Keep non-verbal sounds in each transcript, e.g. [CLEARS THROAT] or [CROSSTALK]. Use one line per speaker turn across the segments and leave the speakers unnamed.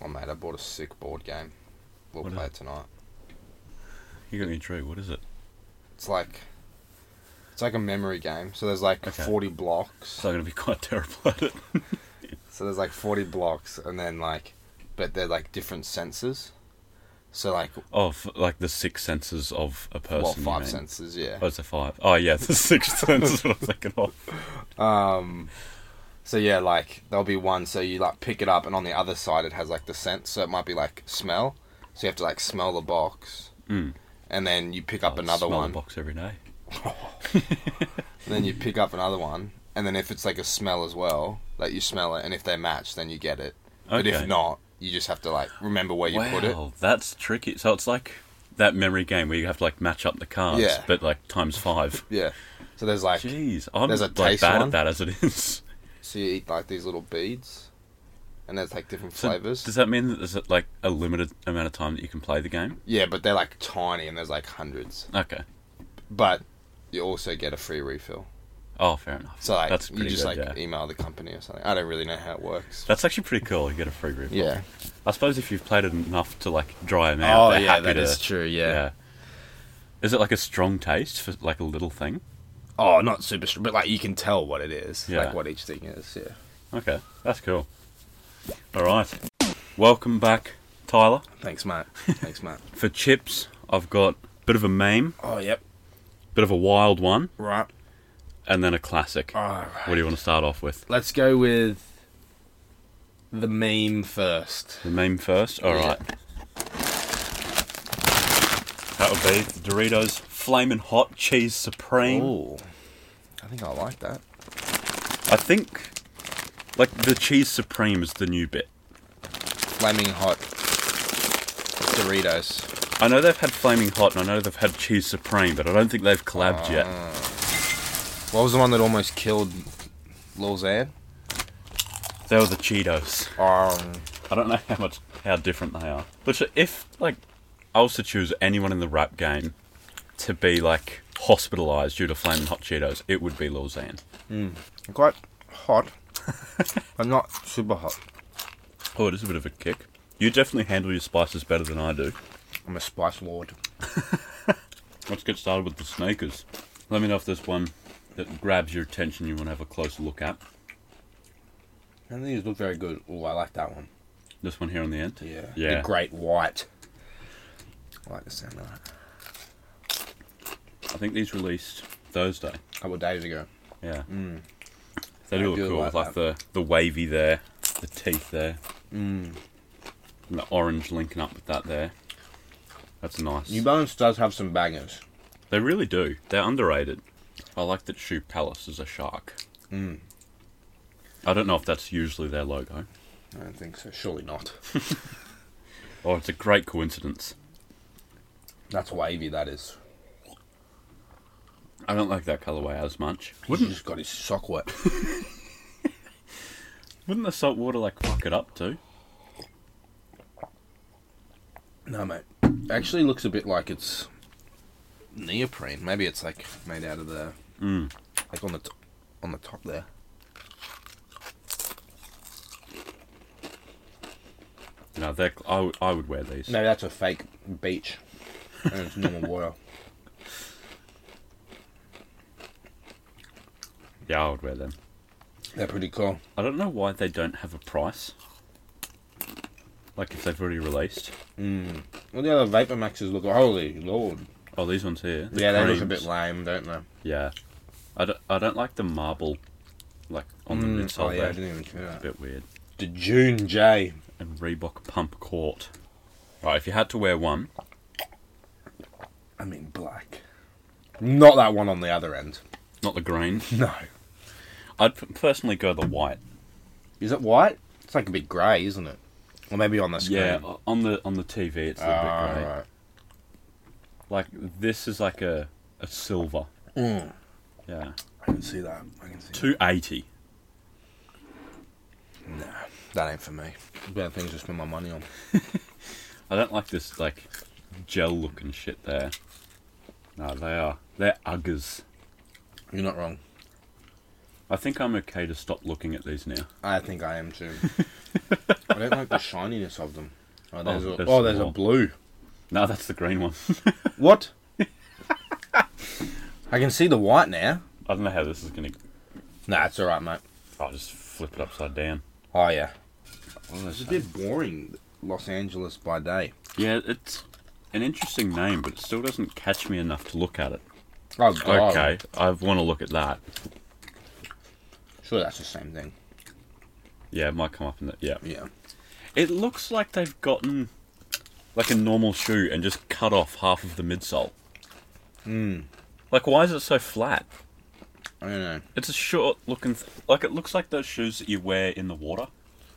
Oh, mate, I bought a sick board game. We'll
What is
play
it?
it tonight.
You got me intrigued. What is it?
It's like it's like a memory game. So there's like
Okay.
40 blocks.
So I'm going to be [LAUGHS] quite terrible at it.
So there's like 40 blocks, and then like, but they're like different senses. So like,
Of like the six senses of a person.
well,
you
five
mean.
senses, yeah.
Oh, it's a five. Oh, yeah, the [LAUGHS] sixth sense is what I'm thinking of.
Um, so yeah, like there'll be one. So you like pick it up, and on the other side it has like the scent. So it might be like smell. So you have to like smell the box,
Mm.
and then you pick up
I'd
another
Oh, smell a
one.
box every day.
And then you pick up another one, and then if it's like a smell as well, like you smell it, and if they match, then you get it. But
Okay.
if not, you just have to like remember where you
wow,
put it.
that's tricky. So it's like that memory game where you have to like match up the cards,
Yeah.
but like times five.
Yeah. So there's [LAUGHS] like
Jeez, I'm
There's a
like
taste
bad
one.
at that as it is. [LAUGHS]
so you eat like these little beads, and there's like different
So
flavors.
Does that mean that there's like a limited amount of time that you can play the game?
Yeah, but they're like tiny, and there's like hundreds.
Okay.
But you also get a free refill.
Oh, fair enough.
So like
that's
you
pretty
just
good.
like
yeah.
email the company or something. I don't really know how it works.
That's actually pretty cool. You get a free refill.
yeah.
I suppose if you've played it enough to like dry them
Oh,
out. they're happy to,
true.
Is it like a strong taste for like a little thing?
Oh, not super, str- but like you can tell what it is,
Yeah.
like what each thing is. Yeah.
Okay, that's cool. All right, welcome back, Tyler.
Thanks, Matt.
[LAUGHS]
Thanks, Matt.
For chips, I've got a bit of a meme,
Oh, yep.
bit of a wild one,
Right.
and then a classic.
All
What do you want to start off with?
Let's go with the meme first.
The meme first. All
Yeah.
right. That would be the Doritos Flamin' Hot Cheese Supreme.
Ooh. I think I like that.
I think, like the Cheese Supreme is the new bit.
Flaming hot Doritos.
I know they've had Flaming Hot, and I know they've had Cheese Supreme, but I don't think they've collabed yet.
What was the one that almost killed Lil Xan?
They were the Cheetos.
Um,
I don't know how much how different they are. But if like I was to choose anyone in the rap game to be like hospitalized due to flaming hot Cheetos, it would be Lil Xan.
quite [LAUGHS] hot, but not super hot.
Oh, it is a bit of a kick. You definitely handle your spices better than I do.
I'm a spice lord.
Let's get started with the sneakers. Let me know if there's one that grabs your attention you want to have a closer look at.
I don't think these look very good. Oh, I like that one.
This one here on the end.
Yeah.
Yeah.
The Great White. I like the sound of that.
I think these released Thursday.
A couple of days ago.
Yeah. They
Mm. I
do look
do
cool.
like
Like, the, the wavy there, the teeth there.
Mm.
And the orange linking up with that there. That's nice.
New Balance does have some bangers.
they really do. They're underrated. I like that Shoe Palace is a shark.
Mm.
I don't know if that's usually their logo.
I don't think so. Surely not.
Oh, it's a great coincidence.
That's wavy, that is.
I don't like that colourway as much.
He's just got his sock wet. [CLEARS THROAT]
Wouldn't the salt water like fuck it up too?
no, mate. Actually looks a bit like it's neoprene. Maybe it's like made out of the.
Mm.
Like on the, t- on the top there.
You know, they're, I, would- I would wear these.
No, that's a fake beach. And it's normal water.
Yeah, I would wear them.
[LAUGHS] They're pretty cool.
I don't know why they don't have a price. Like if they've already released.
All the other Vapor Maxes look. Holy lord.
Oh, these ones here. the
yeah, they look a
creams.
bit lame, don't they?
Yeah, I don't, I don't like the marble, like on the
Mm,
midsole.
oh, yeah, I
there.
didn't even see that.
a bit weird.
The June J.
And Reebok Pump Court. Right, if you had to wear one,
I mean, black. Not that one on the other end. [LAUGHS]
not the green,
No.
I'd p- personally go the white.
Is it white? It's like a bit grey, isn't it? Or maybe on the screen.
Yeah, o- on the on the TV, it's a little bit grey.
Ah, right.
Like this is like a a silver.
Mm.
Yeah,
I can see that. I can see
two eighty.
that. Nah, that ain't for me. Better things to spend my money on.
I don't like this like gel looking shit there. No, they are they're uggers.
You're not wrong.
I think I'm okay to stop looking at these now.
I think I am [LAUGHS] too. I don't like the shininess of them. Oh, there's,
Oh,
a,
there's
oh, there's a
more.
blue.
No, [LAUGHS] that's the green one.
[LAUGHS] What? I can see the white now.
I don't know how this is going to.
Nah, it's alright, mate.
I'll just flip it upside down.
Oh, yeah. Oh, it's a bit boring, Los Angeles by day.
Yeah, it's an interesting name, but it still doesn't catch me enough to look at it.
Oh, God.
Okay, I want to look at that.
Sure, that's the same thing.
Yeah, it might come up in the. Yeah.
Yeah.
It looks like they've gotten like a normal shoe and just cut off half of the midsole. Like, why is it so flat?
I don't know.
It's a short looking. Th- like, it looks like those shoes that you wear in the water.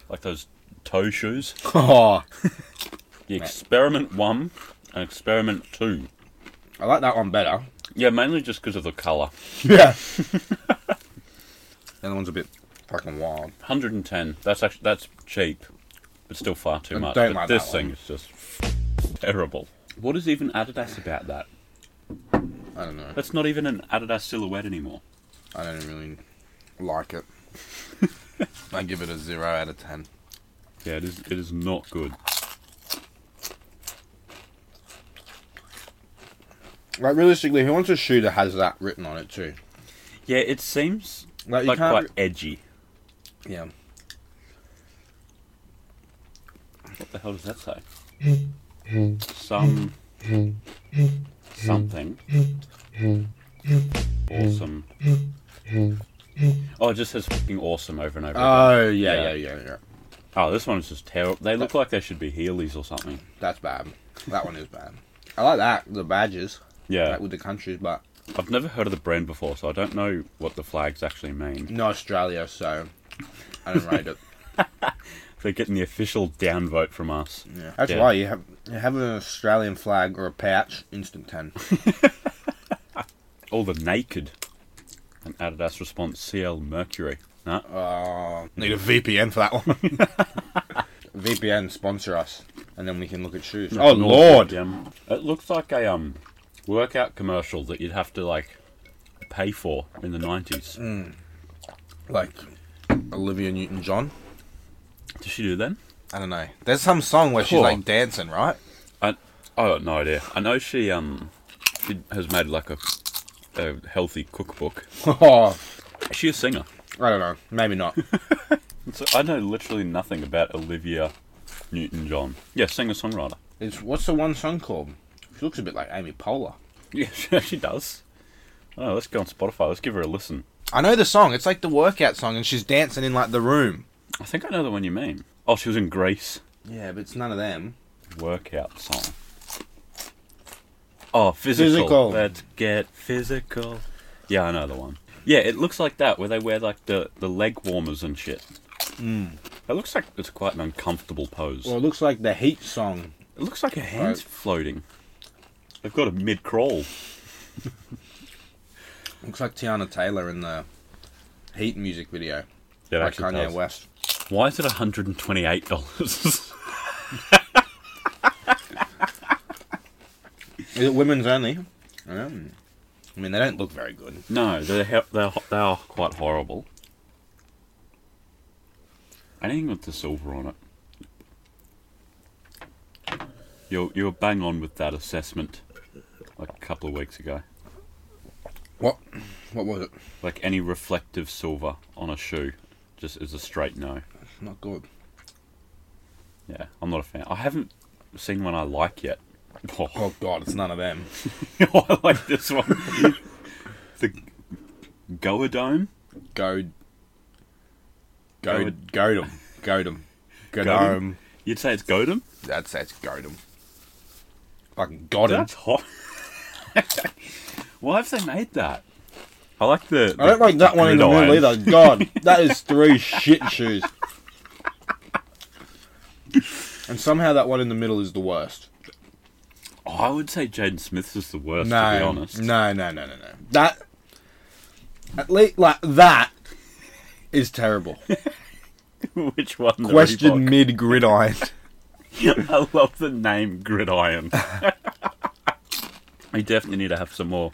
Like those toe shoes.
[LAUGHS] Oh,
The experiment one and experiment two.
I like that one better.
Yeah, mainly just because of the colour.
[LAUGHS] Yeah. the other one's a bit fucking wild.
110. That's actually that's cheap, but still far too
I
much.
don't
But
like
this
that
thing
one.
is just terrible. What is even Adidas about that?
I don't know.
That's not even an Adidas silhouette anymore.
I don't really like [LAUGHS] it. I give it a zero out of ten.
Yeah, it is. It is not good.
Like realistically, who wants a shoe that has that written on it too?
Yeah, it seems
Like, you
like
can't
quite
re-
edgy.
Yeah.
What the hell does that say? Some something awesome. Oh, it just says fucking awesome over and over. again.
Oh yeah, yeah,
Yeah.
yeah, yeah.
Oh, this one's just terrible. They look like they should be Heelys or something.
That's bad. That one is bad. I like that the badges,
Yeah,
like with the countries, but
I've never heard of the brand before, so I don't know what the flags actually mean.
no Australia, so I don't rate it.
They're getting the official downvote from us.
[LAUGHS] Yeah. That's
Yeah.
why you have you have an Australian flag or a pouch, instant ten.
All the naked. And Adidas response CL Mercury. No,
Uh, need a VPN for that one. [LAUGHS] VPN sponsor us, and then we can look at shoes. Oh
North
lord!
Vietnam. It looks like a um workout commercial that you'd have to like pay for in the nineties.
Like Olivia Newton-John.
Did she do them?
I don't know. There's some song where she's
Cool.
like dancing, right?
I I got no idea. I know she um she has made like a a healthy cookbook.
[LAUGHS] Oh,
Is she a singer?
I don't know. Maybe not. [LAUGHS]
So I know literally nothing about Olivia Newton John. Yeah, singer songwriter.
It's what's the one song called? She looks a bit like Amy Poehler.
[LAUGHS] Yeah, she, she does. Oh, let's go on Spotify. Let's give her a listen.
I know the song. It's like the workout song, and she's dancing in like the room.
I think I know the one you mean. Oh, she was in Greece.
Yeah, but it's none of them.
Workout song. Oh, physical.
Physical.
Let's get physical. Yeah, I know the one. Yeah, it looks like that where they wear like the, the leg warmers and shit. Mm. It looks like it's quite an uncomfortable pose.
Hmm. Well, it looks like the Heat song.
it looks like her hands
Right.
floating. They've got a mid crawl.
Looks like Tiana Taylor in the Heat music video
Yeah,
by Kanye West.
Why is it [LAUGHS] $128?
Is it women's only? Um, I mean, they don't look very good.
No, they're he- they're ho- they are quite horrible. Anything with the silver on it. You're you're bang on with that assessment, like a couple of weeks ago.
What? What was it?
Like any reflective silver on a shoe, just is a straight no.
Not good.
Yeah, I'm not a fan. I haven't seen one I like yet. [LAUGHS] Oh,
Oh God, it's none of them.
I like this one. [LAUGHS] the Goa Dome.
Go. Go.
Goad.
Goad 'em. Goad 'em. Goad 'em.
You'd say it's Godem.
That's that's goad 'em. Fucking got 'em.
That's hot. [LAUGHS] Why have they made that? I like the.
I don't like that one in the middle
gridiron.
either. God, that is three shit [LAUGHS] shoes. And somehow that one in the middle is the worst.
Oh, I would say Jaden Smith's is the worst,
No,
to be honest.
no, no, no, no, no. That at least like that is [LAUGHS] terrible.
[LAUGHS] Which one? the
Question
Reebok?
mid gridiron.
[LAUGHS] I love [LAUGHS] the name Gridiron. we definitely need to have some more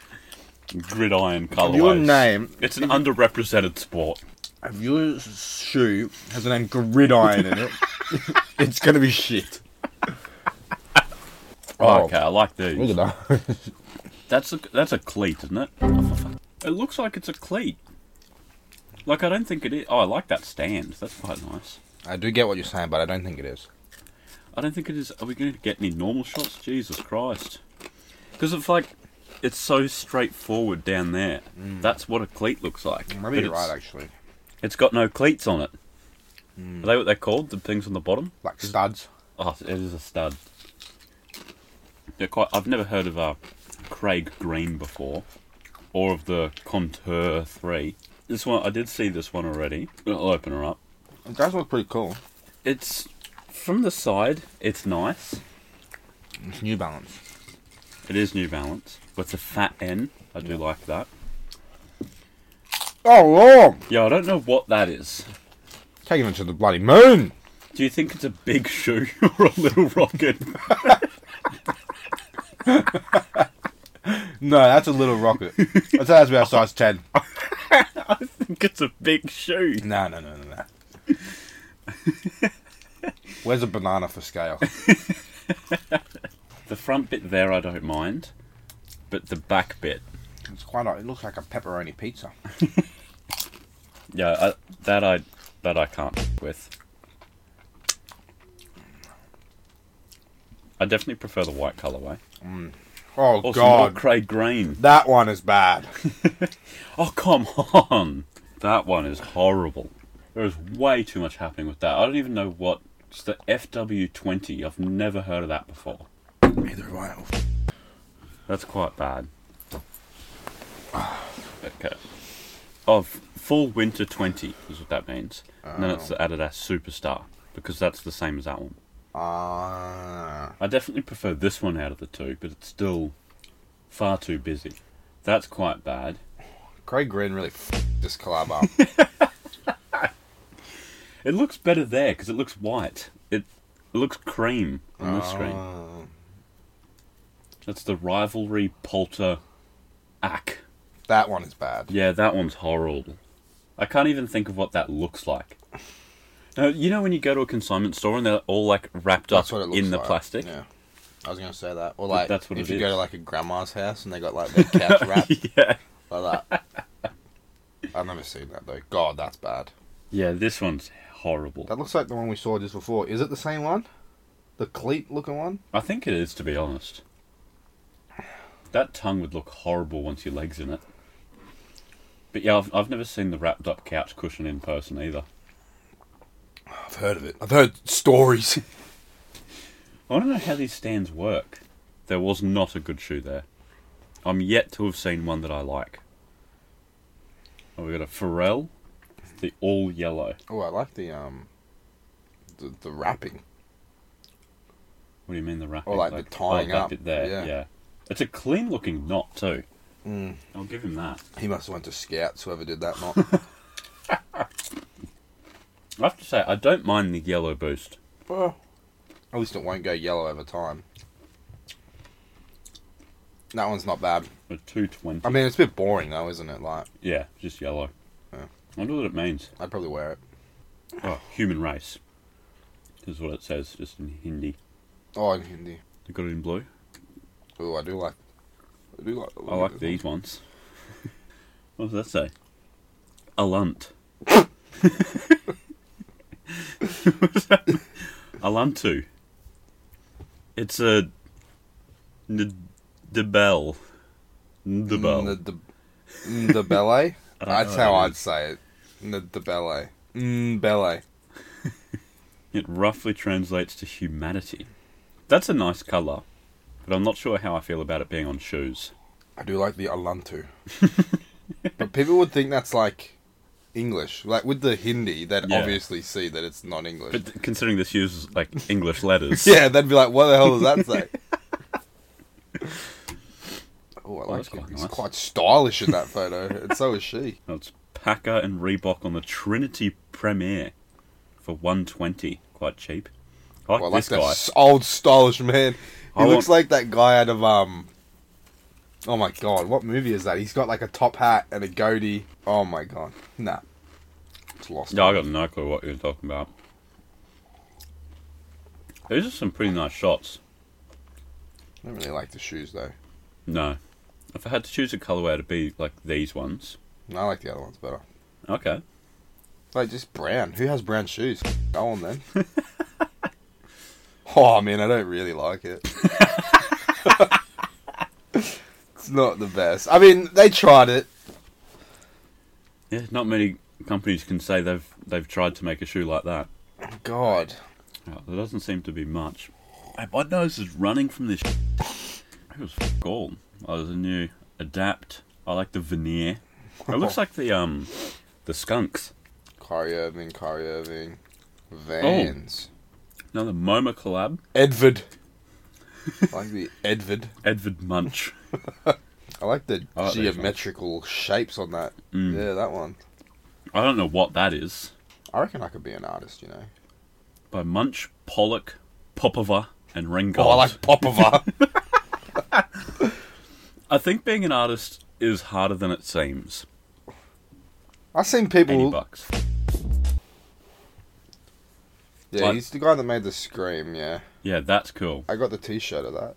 gridiron
[LAUGHS]
colourways.
Your name-
It's an underrepresented sport.
If your shoe has the name gridiron in it, [LAUGHS] it's gonna be [LAUGHS] shit.
Oh, okay, I like these.
Look at that.
That's a that's a cleat, isn't it? Oh, for fuck- It looks like it's a cleat. Like I don't think it is. Oh, I like that stand. That's quite nice.
I do get what you're saying, but I don't think it is.
I don't think it is. Are we going to get any normal shots? Jesus Christ! Because it's like it's so straightforward down there. That's what a cleat looks like. But
Mm. Maybe you're
it's-
right, actually.
It's got no cleats on it.
Mm.
Are they what they're called? The things on the bottom?
Like studs.
Oh, it is a stud. They're quite. I've never heard of uh, Craig Green before, or of the Contour Three. This one, I did see this one already. I'll open her up.
It does look pretty cool.
It's from the side. It's nice.
It's New Balance.
It is New Balance with the fat N. I do like that.
Oh lord!
Yeah, I don't know what that is.
Taking it to the bloody moon.
Do you think it's a big shoe [LAUGHS] or a little rocket? [LAUGHS]
No, that's a little [LAUGHS] rocket. I'd say that's about size ten.
I think it's a big shoe.
No, no, no, no, no.
[LAUGHS]
Where's a banana for scale?
The front bit there, I don't mind, but the back bit.
It's quite. A, it looks like a pepperoni pizza.
Yeah, I, that I that I can't f- with. I definitely prefer the white colorway.
Oh
Also, more
god,
Craig Green.
that one is
[LAUGHS]
bad.
Oh come on, that one is horrible. There is way too much happening with that. I don't even know what. It's the FW20. I've never heard of that before.
Neither have I.
That's quite bad. Okay. Of full winter 20 is what that means. And then it's the Adidas Superstar because that's the same as that one.
Ah,
I definitely prefer this one out of the two, but it's still far too busy. That's quite bad.
Craig Green really f- this collab up.
It looks better there because it looks white. It, it looks cream [LAUGHS] on this screen.
Ah.
That's the rivalry Polter Ack.
that one is bad.
Yeah, that one's horrible. I can't even think of what that looks like. Now, you know when you go to a consignment store and they're all like wrapped
That's
up
what it looks
in the
like.
plastic?
Yeah, I was gonna say that. Or like,
that's what
if
it
you go
is.
to like a grandma's house and they got
[LAUGHS]
like their couch wrapped
[LAUGHS] yeah.
like that. I've never seen that though. God, that's bad.
Yeah, this one's horrible.
That looks like the one we saw just before. Is it the same one? The cleat looking one?
I think it is, to be honest. That tongue would look horrible once your leg's in it. But yeah, I've, I've never seen the wrapped up couch cushion in person either.
I've heard of it. I've heard stories. [LAUGHS]
I want to know how these stands work. There was not a good shoe there. I'm yet to have seen one that I like. Oh, we got a Pharrell, the all yellow.
oh, I like the um, the, the wrapping.
What do you mean the wrap?
Or like the tying
that
up,
bit there.
yeah.
Yeah. it's a clean looking knot too.
Mm.
I'll give him that.
He must have went to scouts. Whoever did that, not. [LAUGHS]
I have to say, I don't mind the yellow boost.
Well, at least it won't go yellow over time. That one's not bad.
A two twenty.
I mean, it's a bit boring though, isn't it? Like,
Yeah, just yellow.
Yeah.
I wonder what it means.
I'd probably wear it.
Oh, human race. Is what it says, just in Hindi.
Oh, in Hindi.
They got it in blue.
Oh, I do like. I do like.
I like these ones. what does that say? A lunt. A luntu. It's a n- the bell. The bell.
The the, mm, the ballet.
[LAUGHS] I don't
That's
know
how
what it
I'd
is.
say it. The the ballet. Mm, ballet.
It roughly translates to humanity. That's a nice colour, but I'm not sure how I feel about it being on shoes.
I do like the
[LAUGHS]
Alantu. but people would think that's like English. Like with the Hindi, they'd
Yeah.
obviously see that it's not English. [LAUGHS]
But th- considering this uses like English letters,
Yeah, they'd be like, what the hell does that
[LAUGHS]
say? oh, I like
that's
it.
quite
He's
nice.
quite stylish in that photo, and so
[LAUGHS]
is she.
Now it's Packer and Reebok on the Trinity Premier for 120, quite cheap. I like
Well, I like
this
that
guy.
s- old stylish man. He
I
looks
want-
like that guy out of um, Oh my god, what movie is that? He's got like a top hat and a goatee. Oh my god, nah, it's lost.
Yeah, I got no clue what you're talking about. These are some pretty nice shots.
I don't really like the shoes though.
No. If I had to choose a colourway, it'd be like these ones.
No, I like the other ones better.
Okay.
Like just brown. Who has brown shoes? Go on
[LAUGHS]
then. oh, I mean, I don't really like
[LAUGHS]
it. it's not the best. I mean, they tried it.
Yeah, not many companies can say they've they've tried to make a shoe like that.
God,
Oh, there doesn't seem to be much. Hey, my nose is running from this. It was f- all. I was a new adapt. I like the veneer. It looks like the um, the skunks.
Kyrie Irving, Kyrie Irving,
Oh.
Vans,
Another MoMA collab.
Edvard. I like the Edvard.
Edvard Munch.
I like the
I like those ones.
geometrical shapes on that.
Mm.
Yeah, that one.
I don't know what that is.
I reckon I could be an artist. You know.
By Munch, Pollock, Popova, and Ringgold.
Oh, I like Popova.
I think being an artist is harder than it seems.
[LAUGHS] I've seen people.
Eighty bucks.
Yeah,
Like-
he's the guy that made the scream. Yeah,
Yeah, that's cool.
I got the T-shirt of that,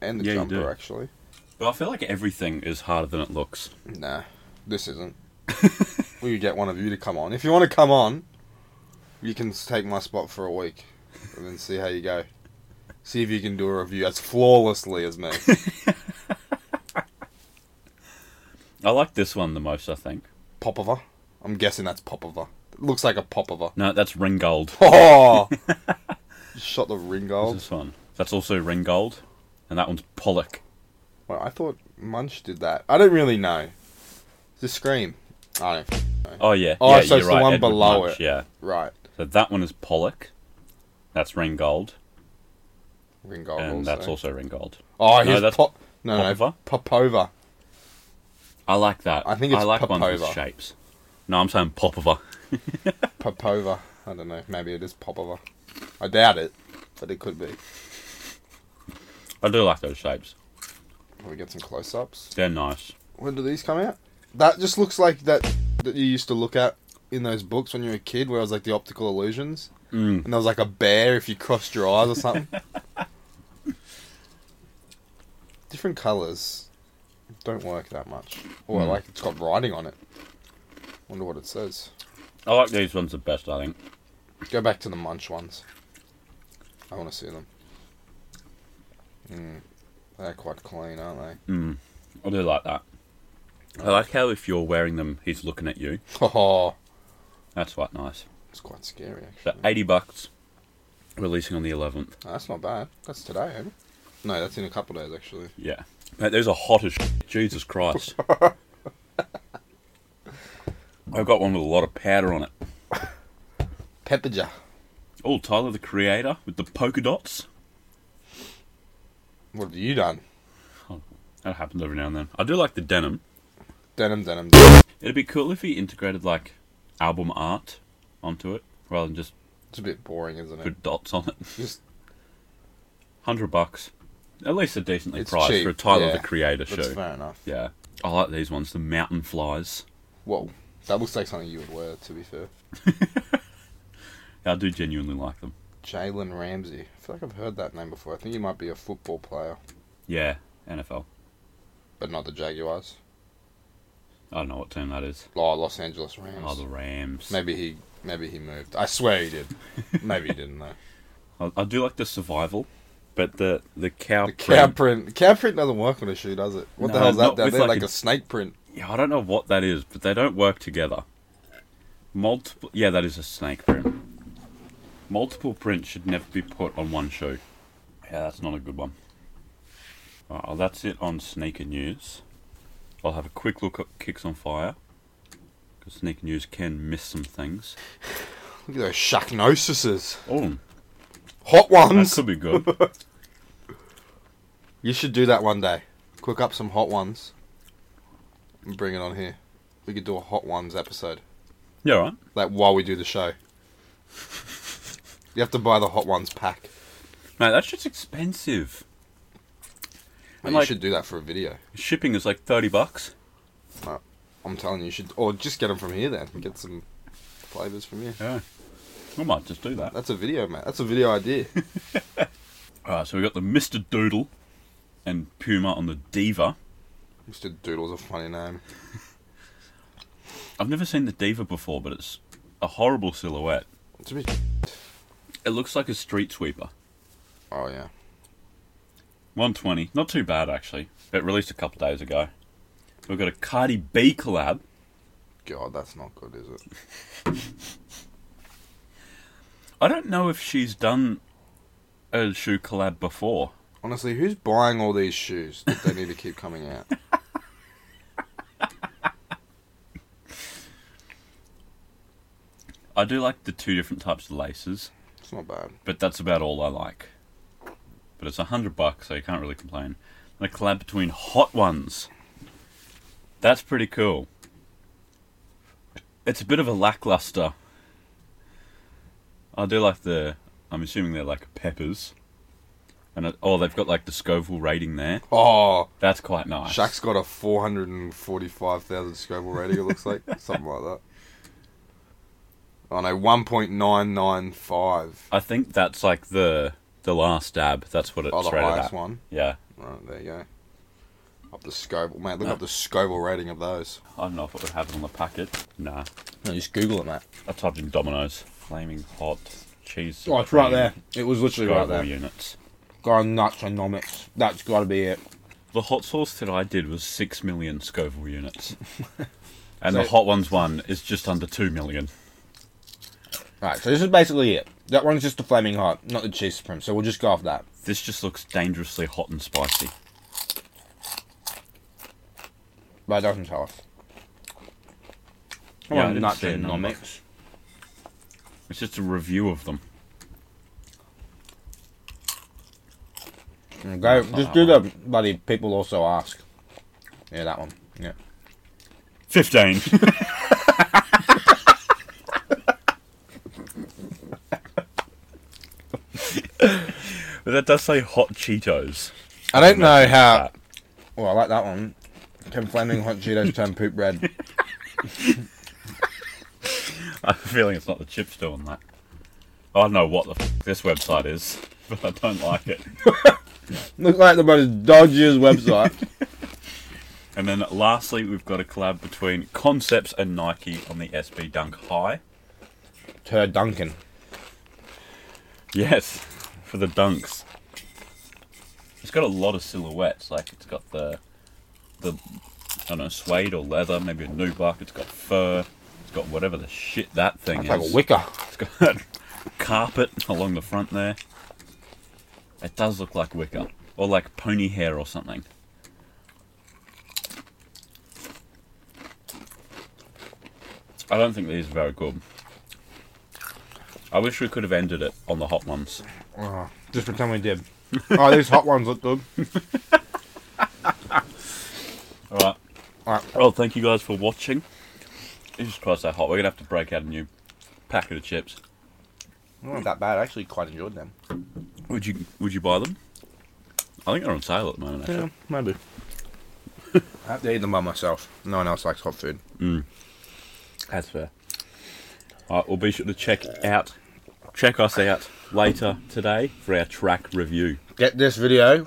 and the
Yeah, you do.
jumper actually.
But I feel like everything is harder than it looks.
Nah, this isn't. [LAUGHS] we could get one of you to come on. If you want to come on, you can s- take my spot for a week, and then see how you go. See if you can do a review as flawlessly as me.
I like this one the most. I think.
Popova. I'm guessing that's Popova. Looks like a Popova. [LAUGHS]
No, that's Ringgold.
Oh! Shot the
What's
Ringgold.
this one? That's also Ringgold, and that one's Pollock.
Wait, I thought Munch did that. I don't really know. Just scream. I don't. f-
Oh yeah.
Oh, so
yeah,
it's
you're
the
right,
one
Edward
below
Munch,
it.
Yeah.
Right.
So that one is Pollock. That's Ringgold,
Ringgold.
and
also.
that's also Ringgold.
Oh,
No,
here's
that's
Po- no,
Popova.
no, Popova.
I like that.
I think it's
I like ones with
Popova.
shapes. No, I'm saying Popova.
Popova. I don't know. Maybe it is Popova. I doubt it, but it could be.
I do like those shapes.
Can we get some close-ups?
They're nice.
When do these come out? That just looks like that that you used to look at in those books when you were a kid, where it was like the optical illusions,
Mm.
and there was like a bear if you crossed your eyes or something. Different colors don't work that much. Or
Hmm.
like it's got writing on it. Wonder what it says.
I like these ones the best. I think.
Go back to the munch ones. I want to see them. Mm, they're quite clean, aren't they? [LAUGHS]
Mm. I do like that. I like how if you're wearing them, he's looking at you.
Oh,
That's quite nice.
it's quite scary
So
actually.
eighty bucks, releasing on the eleventh.
No, that's not bad. That's today, ain't it? No, that's in a couple days actually.
Yeah, mate, those are hot as shit.
[LAUGHS]
Jesus Christ. I've got one with a lot of powder on it.
Pepperja.
Oh, Tyler the Creator with the polka dots.
What have you done?
That happens every now and then. I do like the denim.
Denim, denim, denim.
It'd be cool if he integrated like album art onto it rather than just
It's a bit boring, isn't it?
put dots on it.
Just
Hundred bucks, at least a decently
It's
priced
cheap,
for a Tyler
yeah.
the Creator
that's
show.
fair enough.
Yeah, I like these ones. The mountain flies.
Whoa, that looks like something you would wear. To be fair,
I do genuinely like them.
Jalen Ramsey. I feel like I've heard that name before. I think he might be a football player,
Yeah, NFL.
but not the Jaguars.
I don't know what team that is.
Oh, Los Angeles Rams.
Oh, the Rams.
Maybe he maybe he moved. I swear he
[LAUGHS]
did. Maybe he didn't though.
I, I do like the survival, but the the cow.
The cow
print-
print cow print doesn't work on a shoe, does it? What the
No,
hell is that
not
down
with
there?
like
Like,
a-
a snake print.
Yeah, I don't know what that is, but they don't work together. Multiple. Yeah, that is a snake print. Multiple prints should never be put on one shoe. Yeah, that's not a good one. Alright, well, that's it on sneaker news. I'll have a quick look at Kicks on Fire. Because sneaker news can miss some things.
Look at those shacknosises.
Oh,
Hot
that
ones.
could
[LAUGHS]
be good.
You should do that one day. Cook up some hot ones. And bring it on here. We could do a hot ones episode.
yeah, right.
Like while we do the show. You have to buy the hot ones pack.
Mate, that's just expensive.
Mate, you
like-
should do that for a video.
Shipping is like thirty bucks.
I'm telling you, you should, or just get them from here then. Get some flavors from here.
Yeah, I might just do that.
That's a video, mate. That's a video
[LAUGHS]
idea.
All right, Uh, so we got the Mister Doodle and Puma on the Diva.
Mr. Doodle's a funny name.
I've never seen the Diva before, but it's a horrible silhouette.
It's a bit-
It looks like a street sweeper.
Oh yeah.
120. Not too bad, actually. It released a couple days ago. We've got a Cardi B collab.
God, that's not good, is it?
I don't know if she's done a shoe collab before.
Honestly, who's buying all these shoes that they need to keep coming out?
I do like the two different types of laces,
It's not bad.
but that's about all I like. But it's a hundred bucks, so you can't really complain. And a collab between Hot Ones. That's pretty cool. It's a bit of a lackluster. I do like the. I'm assuming they're like peppers. And it, oh, they've got like the Scoville rating there.
Oh,
That's quite nice.
Shaq's got a 445,000 Scoville rating, it looks
[LAUGHS]
like. Something like that. Oh no, 1.995.
I think that's like the the last dab. That's what it's
Oh, the
rated
highest
at.
one.
Yeah,
Right, there you go. Up the Scoville. Mate, look up the Scoville rating of those.
I don't know if it would have it on the packet. Nah,
No, just Google it, mate.
I typed in Domino's flaming hot cheese.
Oh, it's right there. It was literally
Global
right there.
units.
Gone nutronomics. That's got to be it.
The hot sauce that I did was six million
[LAUGHS]
Scoville units, and the
So-
hot ones one is just under two million.
Alright, so this is basically it. That one's just the Flaming Hot, not the Cheese Supreme, so we'll just go off that.
This just looks dangerously hot and spicy.
But it doesn't tell us.
Yeah, I
on,
didn't see a number.
nutronomics.
It's just a review of them.
Go,
not
just
that
do the bloody people also ask. Yeah, that one. Yeah.
Fifteen.
[LAUGHS]
but that does say hot Cheetos.
I don't know how. Well, Oh, I like that one. Can flaming hot Cheetos turn poop red?
[LAUGHS] I'm feeling it's not the chips doing that. I don't know what the f- this website is, [LAUGHS] but I don't like it.
Looks like the most dodgiest website. [LAUGHS]
And then lastly, we've got a collab between Concepts and Nike on the SB Dunk High.
Tur Duncan.
Yes, for the dunks. It's got a lot of silhouettes. Like it's got the the I don't know suede or leather, maybe a nubuck. It's got fur. It's got whatever the shit that thing
It's
is.
like a wicker.
It's got [LAUGHS] carpet along the front there. It does look like wicker or like pony hair or something. I don't think these are very good. I wish we could have ended it on the hot ones.
Oh, just pretend we did. [LAUGHS] Oh, these hot ones look good.
All right.
Alright,
Well, thank you guys for watching. Jesus Christ, they're hot. We're gonna have to break out a new packet of chips.
not that bad. I actually quite enjoyed them.
Would you Would you buy them? I think they're on sale at the moment. Actually.
maybe. [LAUGHS] I have to eat them by myself. No one else likes hot food.
That's fair. All right, well, be sure to check out, check us out later today for our track review.
Get this video,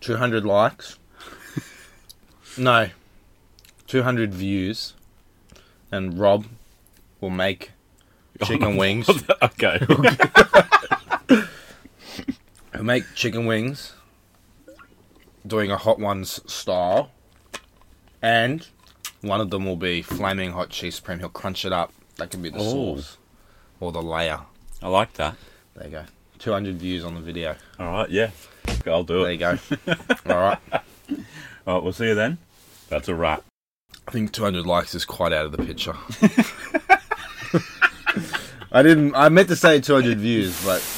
200 [LAUGHS] likes. no, 200 views, and Rob will [LAUGHS] make chicken wings.
okay.
He'll make chicken wings, doing a hot ones style, and one of them will be flaming hot cheese supreme. He'll crunch it up. That can be the
[LAUGHS] Oh.
sauce or the layer.
I like that.
There you go. 200 views on the video.
All right, yeah, Okay, I'll do
There
it.
you go. All right.
All right, we'll see you then. That's a wrap.
I think 200 likes is quite out of the picture. I didn't. I meant to say 200 views, but